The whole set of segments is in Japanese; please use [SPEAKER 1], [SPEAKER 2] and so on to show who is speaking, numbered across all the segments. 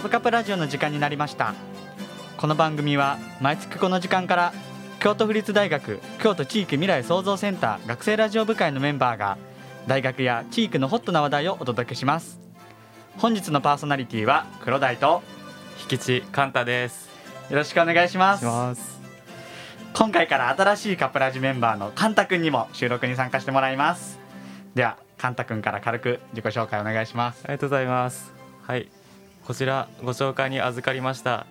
[SPEAKER 1] ブカップラジオの時間になりましたこの番組は毎月この時間から京都府立大学京都地域未来創造センター学生ラジオ部会のメンバーが大学や地域のホットな話題をお届けします本日のパーソナリティは黒大と
[SPEAKER 2] 引地カンタです。
[SPEAKER 1] よろしくお願いします
[SPEAKER 2] ます。
[SPEAKER 1] 今回から新しいカップラジメンバーのカンタくんにも収録に参加してもらいますではカンタくんから軽く自己紹介お願いします
[SPEAKER 2] ありがとうございます。はい、こちらご紹介に預かりました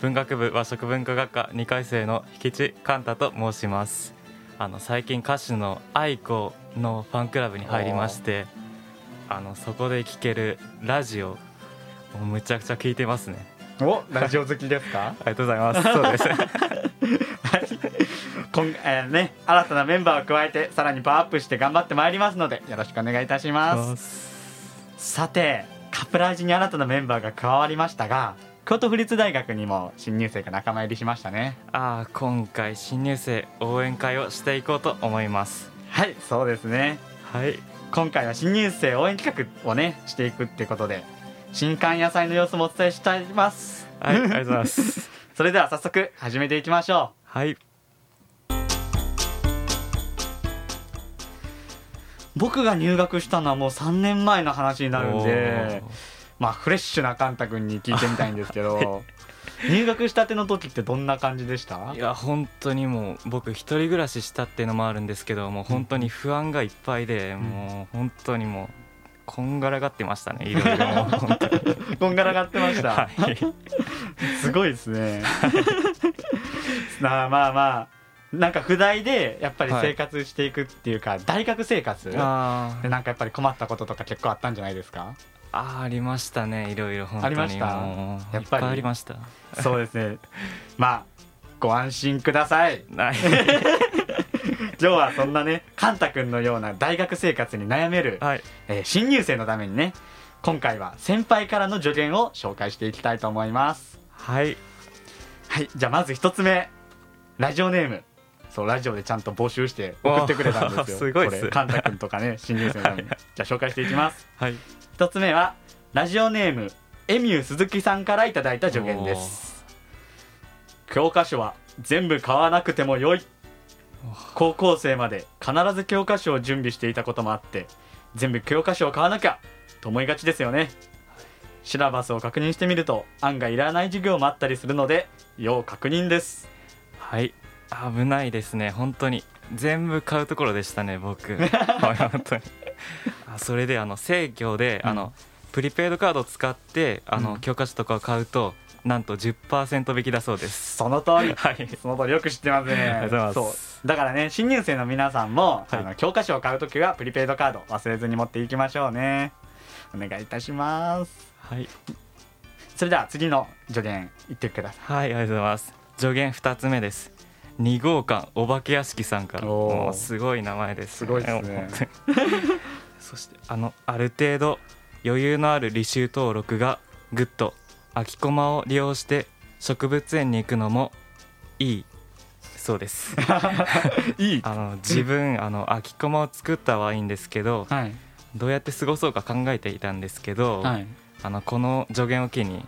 [SPEAKER 2] 文学部和食文化学科2回生の引地カンタと申します。あの最近歌手の愛子のファンクラブに入りまして、あのそこで聴けるラジオもうむちゃくちゃ聞いてますね。
[SPEAKER 1] おラジオ好きですか
[SPEAKER 2] ありがとうございます。そうです。
[SPEAKER 1] 今、えーね、新たなメンバーを加えてさらにパワーアップして頑張ってまいりますのでよろしくお願いいたしますさてカプラージに新たなメンバーが加わりましたが京都府立大学にも新入生が仲間入りしましたね
[SPEAKER 2] ああ今回新入生応援会をしていこうと思います。
[SPEAKER 1] はいそうですね
[SPEAKER 2] はい。
[SPEAKER 1] 今回は新入生応援企画をねしていくってことで新刊野菜の様子もお伝えしたいます
[SPEAKER 2] はい、ありがとうございます。
[SPEAKER 1] それでは早速始めていきましょ
[SPEAKER 2] はい。
[SPEAKER 1] う僕が入学したのはもう3年前の話になるんでまあフレッシュなカンタ君に聞いてみたいんですけど 入学したての時ってどんな感じでした
[SPEAKER 2] いや本当にもう僕一人暮らししたっていうのもあるんですけどもう本当に不安がいっぱいで、もう本当にもうこんがらがってました ねいろいろもう本当に
[SPEAKER 1] こんがらがってました、
[SPEAKER 2] はい
[SPEAKER 1] すごいです ねまあまあまあなんか不在でやっぱり生活していくっていうか、大学生活でなん
[SPEAKER 2] あー
[SPEAKER 1] かやっぱり困ったこととか結構あったんじゃないですか
[SPEAKER 2] あーありましたねいろいろ本当に
[SPEAKER 1] ありました
[SPEAKER 2] もう
[SPEAKER 1] やっぱり
[SPEAKER 2] いっぱいあり ました
[SPEAKER 1] そうですねまあご安心ください
[SPEAKER 2] ない
[SPEAKER 1] 今日はそんなねカンタ君のような大学生活に悩める、
[SPEAKER 2] はい
[SPEAKER 1] えー新入生のためにね今回は先輩からの助言を紹介していきたいと思います
[SPEAKER 2] はい
[SPEAKER 1] はいじゃあまず一つ目ラジオネームそうラジオでちゃんと募集して送ってくれたんですよ
[SPEAKER 2] すごいっす
[SPEAKER 1] これカンタ君とかね新入生のために、じゃあ紹介していきます
[SPEAKER 2] はい
[SPEAKER 1] 一つ目はラジオネームエミュー鈴木さんからいただいた助言です教科書は全部買わなくてもよい高校生まで必ず教科書を準備していたこともあって全部教科書を買わなきゃと思いがちですよねシラバスを確認してみると案外いらない授業もあったりするので要確認です
[SPEAKER 2] はい危ないですね本当に全部買うところでしたね 僕はい本当にあそれであの生協で、
[SPEAKER 1] うん
[SPEAKER 2] あのプリペイドカードを使ってあの、
[SPEAKER 1] うん
[SPEAKER 2] 教科書とかを買うとなんと10%引きだそうです
[SPEAKER 1] その通り
[SPEAKER 2] はい
[SPEAKER 1] その通りよく知ってますね。
[SPEAKER 2] ありがとうございま
[SPEAKER 1] そうだからね新入生の皆さんも、
[SPEAKER 2] はい
[SPEAKER 1] あの教科書を買うときはプリペイドカード忘れずに持っていきましょうね。お願いいたします。
[SPEAKER 2] はい、
[SPEAKER 1] それでは次の助言言ってくださ
[SPEAKER 2] はい、ありがとうございます助言2つ目です2号館お化け屋敷さんから
[SPEAKER 1] おー
[SPEAKER 2] もうすごい名前です、
[SPEAKER 1] すごいですね
[SPEAKER 2] もう本当に そしてあのある程度余裕のある履修登録がぐっと空き駒を利用して植物園に行くのもいいそうです
[SPEAKER 1] い。いい。
[SPEAKER 2] あの自分あの空き駒を作ったはいいんですけど
[SPEAKER 1] はい
[SPEAKER 2] どうやって過ごそうか考えていたんですけど、
[SPEAKER 1] はい。
[SPEAKER 2] あのこの助言を機に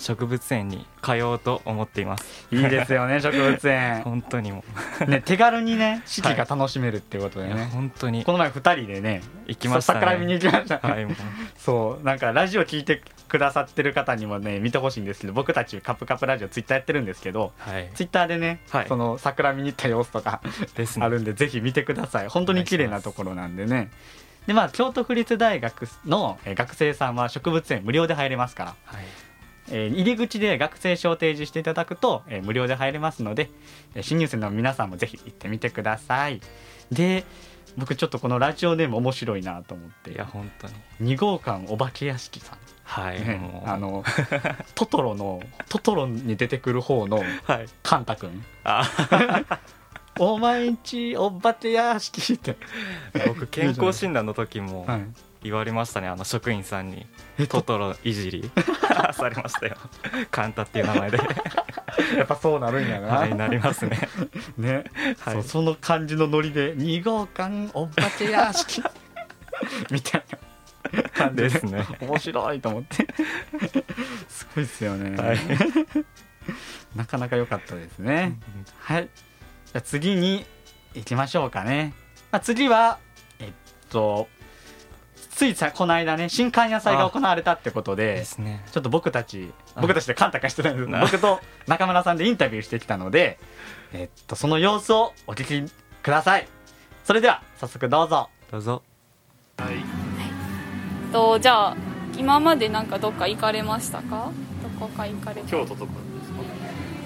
[SPEAKER 2] 植物園に通おうと思っています
[SPEAKER 1] いいですよ ね植物園。
[SPEAKER 2] 本当にも
[SPEAKER 1] ね手軽にね四季が楽しめるっていうこと
[SPEAKER 2] う、
[SPEAKER 1] で
[SPEAKER 2] いや
[SPEAKER 1] ね。
[SPEAKER 2] 本当に
[SPEAKER 1] この前二人でね
[SPEAKER 2] 行きましたね
[SPEAKER 1] そう桜見に行きました、
[SPEAKER 2] はいもう
[SPEAKER 1] そうなんかラジオ聞いてくださってる方にもね見てほしいんですけど僕たちカップカップラジオツイッターやってるんですけど
[SPEAKER 2] はい
[SPEAKER 1] ツイッターでね、
[SPEAKER 2] はい
[SPEAKER 1] その桜見に行った様子とか
[SPEAKER 2] ですね
[SPEAKER 1] あるんでぜひ見てください本当に綺麗なところなんでねでまあ京都府立大学のえー学生さんは植物園無料で入れますから、
[SPEAKER 2] はい
[SPEAKER 1] えー入り口で学生証を提示していただくと、えー無料で入れますので、えー新入生の皆さんもぜひ行ってみてくださいで僕ちょっとこのラジオネーム面白いなと思っ
[SPEAKER 2] い
[SPEAKER 1] て
[SPEAKER 2] や本当に
[SPEAKER 1] 2号館お化け屋敷さん、
[SPEAKER 2] はい、
[SPEAKER 1] ね
[SPEAKER 2] もう
[SPEAKER 1] あのトトロのトトロに出てくる方の
[SPEAKER 2] はい
[SPEAKER 1] カンタ君
[SPEAKER 2] あ
[SPEAKER 1] お前んちお化け屋敷って、
[SPEAKER 2] 僕健康診断の時も
[SPEAKER 1] はい、
[SPEAKER 2] 言われましたねあの職員さんに
[SPEAKER 1] え
[SPEAKER 2] トトロい じりされましたよカンタっていう名前で
[SPEAKER 1] やっぱそうなるんやな。
[SPEAKER 2] はいなりますね
[SPEAKER 1] ね、
[SPEAKER 2] はい
[SPEAKER 1] そう、そ の感じのノリで、二号館お化け屋敷。みたいな。感じ
[SPEAKER 2] ですね
[SPEAKER 1] 面白いと思って すごいですよね、
[SPEAKER 2] はい
[SPEAKER 1] なかなか良かったですね、はいじゃあ次に行きましょうかね、まあ、次はえっとついさこの間ね新館野菜が行われたってこと
[SPEAKER 2] で
[SPEAKER 1] です
[SPEAKER 2] ね
[SPEAKER 1] ちょっと僕たち
[SPEAKER 2] あ
[SPEAKER 1] 僕たちでカンタカしてたんですけど
[SPEAKER 2] な
[SPEAKER 1] 僕と中村さんでインタビューしてきたので、えっと、その様子をお聞きくださいそれでは早速どうぞ
[SPEAKER 2] どうぞ
[SPEAKER 1] はい
[SPEAKER 3] えっとじゃあ今までなんかどっか行かれましたかどこか行かれ
[SPEAKER 4] 京都とかですか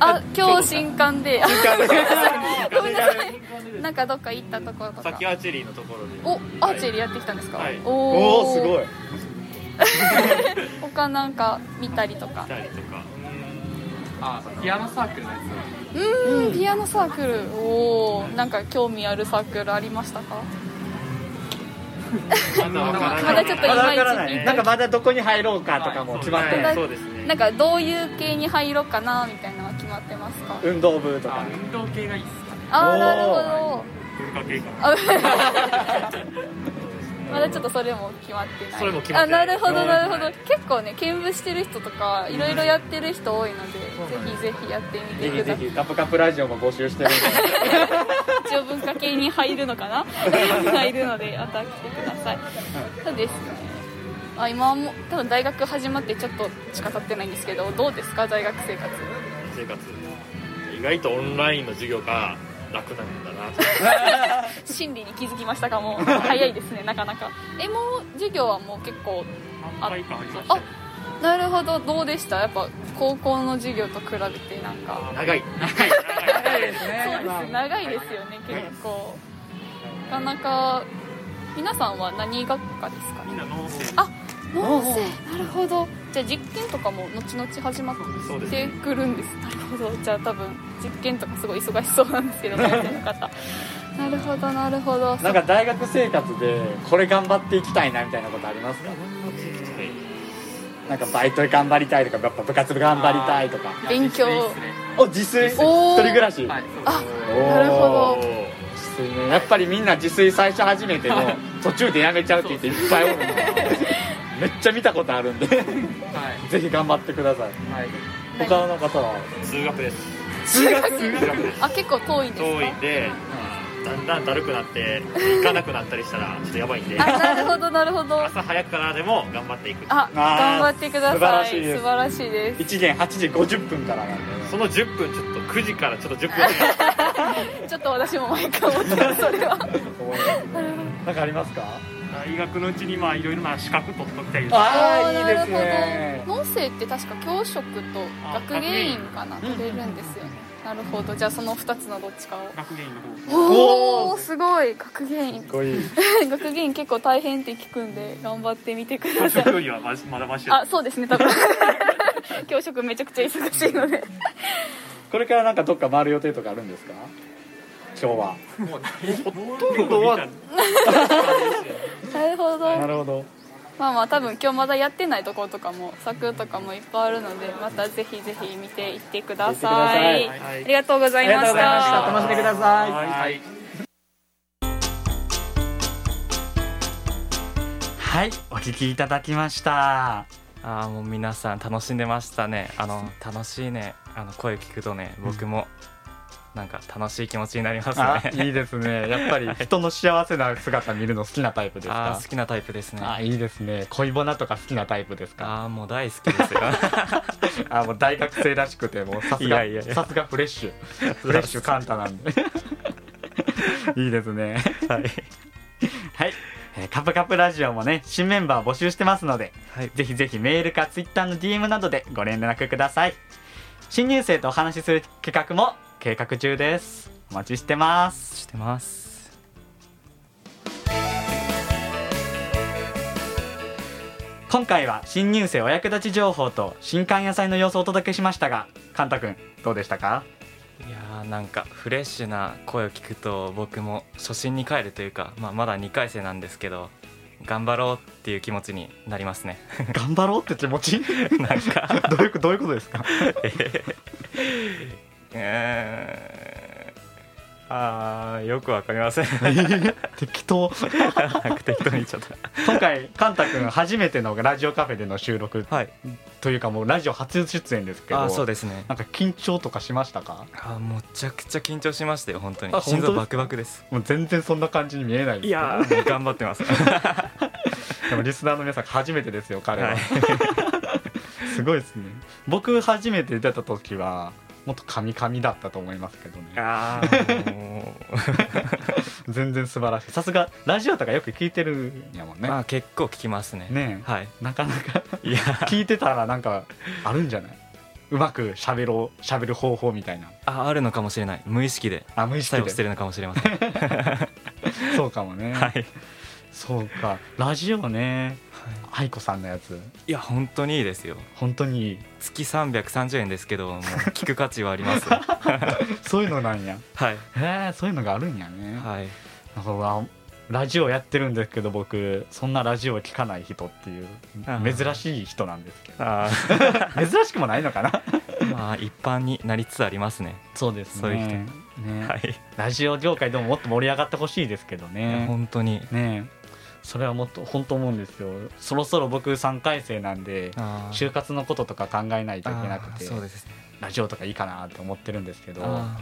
[SPEAKER 3] あ今日 新刊であ ごめんなさいなんかどっか行ったところと
[SPEAKER 4] さ
[SPEAKER 3] か
[SPEAKER 4] っきアーチェリーのところで
[SPEAKER 3] おアーチェ
[SPEAKER 4] リー
[SPEAKER 3] リーやってきたんですか、
[SPEAKER 4] はい
[SPEAKER 3] おー
[SPEAKER 1] い
[SPEAKER 3] 他なんか見たりとか
[SPEAKER 4] たりとか
[SPEAKER 3] うんピアノサークルおおんか興味あるサークルありましたか
[SPEAKER 4] まだわからない
[SPEAKER 3] まだちょっと
[SPEAKER 1] ま
[SPEAKER 3] い
[SPEAKER 1] だ
[SPEAKER 3] ま
[SPEAKER 1] わ
[SPEAKER 3] い
[SPEAKER 1] か
[SPEAKER 3] ち
[SPEAKER 1] らないなんかまだどこに入ろうかとかも決まってな
[SPEAKER 4] はいいそうですね
[SPEAKER 3] なんかどういう系に入ろうかなみたいなのは決まってますか
[SPEAKER 1] 運動部とか
[SPEAKER 4] あ運動系がいいっすかね
[SPEAKER 3] あ
[SPEAKER 1] おー
[SPEAKER 3] あなるほど
[SPEAKER 4] 文化系かな
[SPEAKER 3] あ
[SPEAKER 4] そうですね
[SPEAKER 3] まだちょっとそれも決まってない
[SPEAKER 4] それも決まってない
[SPEAKER 3] あなるほどなるほ
[SPEAKER 4] は
[SPEAKER 3] ど
[SPEAKER 4] い
[SPEAKER 3] 結構ね見舞してる人とかいろいろやってる人多いので、ぜひぜひやってみ
[SPEAKER 1] ぜひ
[SPEAKER 3] てく
[SPEAKER 1] ぜ
[SPEAKER 3] ださい
[SPEAKER 1] ひカップカップラジオも募集してるん で
[SPEAKER 3] 一応文化系に入るのか な入るのでまた来てくださいそうですねあ今はもう多分大学始まってちょっとしか経ってないんですけどどうですか大学生活
[SPEAKER 4] 生活意外とオンラインの授業が楽なんだなと
[SPEAKER 3] 心理に気づきましたかも早いですねなかなかえもう授業はもう結構
[SPEAKER 4] 半回か入りました
[SPEAKER 3] あなるほどどうでしたやっぱ高校の授業と比べてなんか
[SPEAKER 4] あ長い長い長いですね
[SPEAKER 3] そうです長いですよね結構なかなか皆さんは何学科ですか
[SPEAKER 4] みん
[SPEAKER 3] ね
[SPEAKER 4] な農政
[SPEAKER 3] あ農政なるほどじゃあ実験とかも後々始ま
[SPEAKER 4] そうで
[SPEAKER 3] っ
[SPEAKER 4] すそ
[SPEAKER 3] て
[SPEAKER 4] う
[SPEAKER 3] くるんですなるほどじゃあ多分実験とかすごい忙しそうなんですけど農政の方なるほどなるほど
[SPEAKER 1] なんか大学生活でこれ頑張っていきたいなみたいなことありますか
[SPEAKER 4] はい
[SPEAKER 1] なんかバイト頑張りたいとかやっぱ部活頑張りたいとか
[SPEAKER 3] 勉強
[SPEAKER 1] お自炊一
[SPEAKER 3] おー
[SPEAKER 1] 人暮らし、
[SPEAKER 3] あ
[SPEAKER 1] お
[SPEAKER 3] なるほど
[SPEAKER 4] お
[SPEAKER 1] 自炊ねやっぱりみんな自炊最初初めての途中でやめちゃうって言っていっぱいおるんでめっちゃ見たことあるんでぜひ頑張ってください他の方は
[SPEAKER 4] ー数学です
[SPEAKER 1] 数
[SPEAKER 4] 数学で す
[SPEAKER 3] あ結構遠いんですか
[SPEAKER 4] 遠いんでだんだんだるくなって行かなくなったりしたらちょっとやばいんで
[SPEAKER 3] あなるほどなるほど
[SPEAKER 4] 朝早くからでも頑張っていく
[SPEAKER 3] あ頑張ってください
[SPEAKER 1] 素晴らしいです
[SPEAKER 3] 素晴らしいです
[SPEAKER 1] 1限8時50分からなんでね
[SPEAKER 4] その10分ちょっと9時からちょっと10分
[SPEAKER 3] ちょっと私も毎回思ってるそれは
[SPEAKER 1] なんかありますか
[SPEAKER 4] 大学のうちにまあいろいろな資格取っときたいです
[SPEAKER 1] ああ
[SPEAKER 3] ー
[SPEAKER 1] いい
[SPEAKER 3] なる
[SPEAKER 1] で
[SPEAKER 3] ほ
[SPEAKER 1] す
[SPEAKER 3] ど
[SPEAKER 1] ね
[SPEAKER 3] 農政って確か教職と学芸員かな
[SPEAKER 1] 学芸員
[SPEAKER 3] 取れるんですよねなるほどじゃあその2つのどっちかを
[SPEAKER 4] 学芸員の
[SPEAKER 1] お
[SPEAKER 4] 方
[SPEAKER 1] ー
[SPEAKER 3] おおすごい学芸員
[SPEAKER 1] かっこいい
[SPEAKER 3] 学芸員結構大変って聞くんで頑張ってみて ください
[SPEAKER 4] 職よりはままだましです
[SPEAKER 3] あそうですね多分 教職めちゃくちゃ忙しいので
[SPEAKER 1] これからなんかどっか回る予定とかあるんですか今日は
[SPEAKER 4] ほとんどは
[SPEAKER 3] なるほど
[SPEAKER 1] なるほど
[SPEAKER 3] まあまあ多分今日まだやってないところとかも柵とかもいっぱいあるのでまたぜひぜひ見ていってく
[SPEAKER 1] 見
[SPEAKER 3] ださ
[SPEAKER 1] て
[SPEAKER 3] い
[SPEAKER 1] くだ
[SPEAKER 4] さい
[SPEAKER 3] ありがとうございま
[SPEAKER 1] ありがとうございました
[SPEAKER 3] した
[SPEAKER 1] 楽しんでください
[SPEAKER 4] はい
[SPEAKER 1] はいお聞きいただきました
[SPEAKER 2] ああもう皆さん楽しんでましたねあの楽しいねあの声聞くとね僕もなんか楽しい気持ちになります
[SPEAKER 1] あ
[SPEAKER 2] ね
[SPEAKER 1] いいですねやっぱり人の幸せな姿見るの好きなタイプです
[SPEAKER 2] あ
[SPEAKER 1] か
[SPEAKER 2] ー好きなタイプですね
[SPEAKER 1] あいいですね恋バナとか好きなタイプですか
[SPEAKER 2] ああもう大好きです よ
[SPEAKER 1] あもう大学生らしくてもうさす
[SPEAKER 2] い
[SPEAKER 1] が
[SPEAKER 2] やいやいや
[SPEAKER 1] さすがフレッシ ュフレッシュカンタなん でいいですね
[SPEAKER 2] はい、
[SPEAKER 1] はい、えーカプカプラジオもね新メンバー募集してますので
[SPEAKER 2] はい、
[SPEAKER 1] ぜひぜひメールかツイッターの DM などでご連絡ください新入生とお話しする企画も計画中ですお待ちしてます
[SPEAKER 2] してます
[SPEAKER 1] 今回は新入生お役立ち情報と新刊野菜の様子をお届けしましたがカンタ君どうでしたか
[SPEAKER 2] いやーなんかフレッシュな声を聞くと僕も初心に帰るというか、まあ、まだ2回生なんですけど頑張ろうっていう気持ちになりますね
[SPEAKER 1] 頑張ろうって気持ち
[SPEAKER 2] なん か
[SPEAKER 1] どういうこどういうことですか
[SPEAKER 2] えー、あーよよくわかり ません
[SPEAKER 1] 適当
[SPEAKER 2] なんか適当に言っちゃっ
[SPEAKER 1] 今回カンタ君初めてのラジオカフェでの収録
[SPEAKER 2] た はい
[SPEAKER 1] というかもうラジオ初出演ですけど
[SPEAKER 2] あそうですね
[SPEAKER 1] なんか緊張とかしましたか
[SPEAKER 2] あむちゃくちゃ緊張しましたよ本当
[SPEAKER 1] あ
[SPEAKER 2] に
[SPEAKER 1] 本当
[SPEAKER 2] 心臓バクバクです
[SPEAKER 1] もう全然そんな感じに見えない
[SPEAKER 2] い
[SPEAKER 1] です
[SPEAKER 2] やーもう 頑張ってますは
[SPEAKER 1] でもリスナーの皆さん初めてですよ彼は、
[SPEAKER 2] い
[SPEAKER 1] すごいですね僕初めて出た時はもっとカミカミだったと思いますけどね
[SPEAKER 2] あーも
[SPEAKER 1] 全然素晴らしいさすがラジオとかよく聞いてるんやもん
[SPEAKER 2] う
[SPEAKER 1] ね、
[SPEAKER 2] まあ結構聞きますね
[SPEAKER 1] ねえ
[SPEAKER 2] はい
[SPEAKER 1] なかなか
[SPEAKER 2] いや
[SPEAKER 1] 聞いてたらなんかあるんじゃないうまく喋ろう喋る方法みたいな
[SPEAKER 2] ああるのかもしれない無意識で
[SPEAKER 1] あ無意識
[SPEAKER 2] 作用して
[SPEAKER 1] で
[SPEAKER 2] るのかもしれません
[SPEAKER 1] そうかもね、
[SPEAKER 2] はい
[SPEAKER 1] そうかラジオね愛子さんのやつ
[SPEAKER 2] いや本当にいいですよ
[SPEAKER 1] 本当にいい
[SPEAKER 2] 月330円ですけどもう聞く価値はあります
[SPEAKER 1] そういうのなんや
[SPEAKER 2] はい
[SPEAKER 1] へえそういうのがあるんやね、
[SPEAKER 2] はい
[SPEAKER 1] だからラジオやってるんですけど僕そんなラジオ聞かない人っていう
[SPEAKER 2] あー
[SPEAKER 1] 珍しい人なんですけど
[SPEAKER 2] あ
[SPEAKER 1] 珍しくもないのかな
[SPEAKER 2] ーまあ一般になりつつありますね
[SPEAKER 1] そうです
[SPEAKER 2] そういう人
[SPEAKER 1] ねね
[SPEAKER 2] はい
[SPEAKER 1] ラジオ業界でももっと盛り上がってほしいですけどね
[SPEAKER 2] 本当に
[SPEAKER 1] ねそれはもっと本当思うんですよそろそろ僕3回生なんで
[SPEAKER 2] あー
[SPEAKER 1] 就活のこととか考えないといけなく
[SPEAKER 2] あー
[SPEAKER 1] て
[SPEAKER 2] そうですね
[SPEAKER 1] ラジオとかいいかなって思ってるんですけど
[SPEAKER 2] あ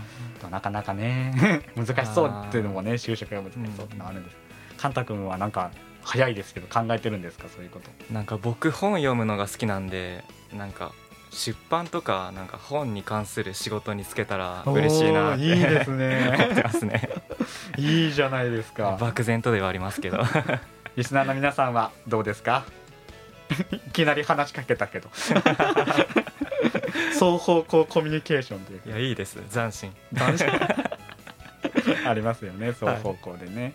[SPEAKER 1] なかなかね 難しそうっていうのもね就職が難しそうってのはあるんですカンタ君はなんか早いですけど考えてるんですかそういうこと
[SPEAKER 2] ーなんか僕本読むのが好きなんでなんか出版とかなんか本に関する仕事につけたら嬉しいな
[SPEAKER 1] お
[SPEAKER 2] っ
[SPEAKER 1] ー
[SPEAKER 2] て
[SPEAKER 1] いいです
[SPEAKER 2] 思って
[SPEAKER 1] ね
[SPEAKER 2] ますね
[SPEAKER 1] いいじゃないですか
[SPEAKER 2] 漠然とではありますけど
[SPEAKER 1] リスナーの皆さんはどうですか いきなり話しかけたけど 双方向コミュニケーションという
[SPEAKER 2] いやいいです斬新
[SPEAKER 1] 男子 ありますよね双方向でね、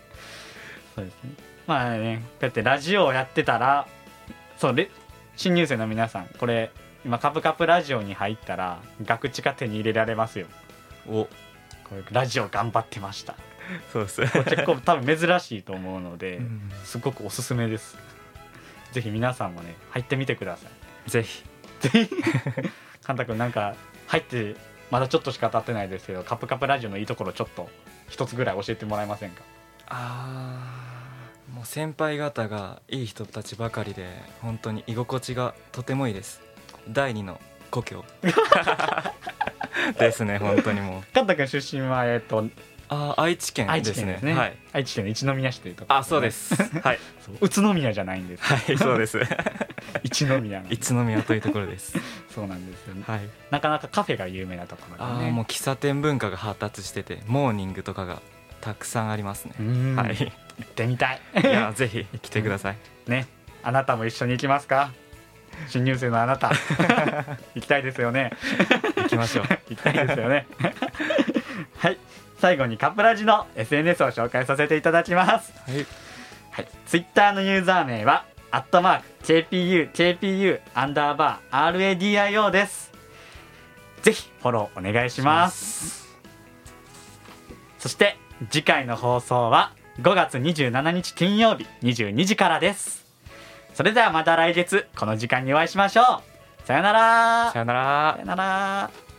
[SPEAKER 1] そうですねまあねこうやってラジオをやってたらそうで新入生の皆さんこれ今「カプカプラジオ」に入ったら学知が手に入れられますよ
[SPEAKER 2] お
[SPEAKER 1] こういうラジオ頑張ってました
[SPEAKER 2] そうです
[SPEAKER 1] これ結 構多分珍しいと思うので、
[SPEAKER 2] うん
[SPEAKER 1] すごくおすすめですぜひ皆さんもね入ってみてください
[SPEAKER 2] ぜひ
[SPEAKER 1] カンタ君なんか入ってまだちょっとしか経ってないですけど「カプカプラジオ」のいいところちょっと一つぐらい教えてもらえませんか
[SPEAKER 2] あーもう先輩方がいい人たちばかりで本当に居心地がとてもいいです第二の故郷ですね本当にもう
[SPEAKER 1] カンタ君出身は、えっと
[SPEAKER 2] あー愛知県
[SPEAKER 1] 愛
[SPEAKER 2] で
[SPEAKER 1] 知
[SPEAKER 2] す
[SPEAKER 1] 県
[SPEAKER 2] ね
[SPEAKER 1] ですね
[SPEAKER 2] はい
[SPEAKER 1] 愛知県の一宮市というところ、
[SPEAKER 2] あそうです はい
[SPEAKER 1] そう宇都宮じゃないんです
[SPEAKER 2] はいそう です
[SPEAKER 1] 一宮なんで
[SPEAKER 2] 一宮というところです
[SPEAKER 1] そうなんですよね
[SPEAKER 2] はい
[SPEAKER 1] なかなかカフェが有名なところ
[SPEAKER 2] あ
[SPEAKER 1] で
[SPEAKER 2] ー
[SPEAKER 1] ね
[SPEAKER 2] もう喫茶店文化が発達しててモーニングとかがたくさんありますね
[SPEAKER 1] うーん
[SPEAKER 2] はい
[SPEAKER 1] 行
[SPEAKER 2] い
[SPEAKER 1] ってみたい
[SPEAKER 2] やぜひ来てください
[SPEAKER 1] ねあなたも一緒に行きますか新入生のあなた 行きたいですよね
[SPEAKER 2] 行きましょう
[SPEAKER 1] 行きたいですよね はい最後にカプラジの SNS を紹介させていただきます
[SPEAKER 2] はい
[SPEAKER 1] はい、ツイッターのユーザー名は、アットマーク、JPU、JPU、アンダーバー、RADIO です。ぜひ、フォローお願いします。そして、次回の放送は、5月27日金曜日22時からです。それではまた来月、この時間にお会いしましょう。さよなら。
[SPEAKER 2] さよなら
[SPEAKER 1] よなら。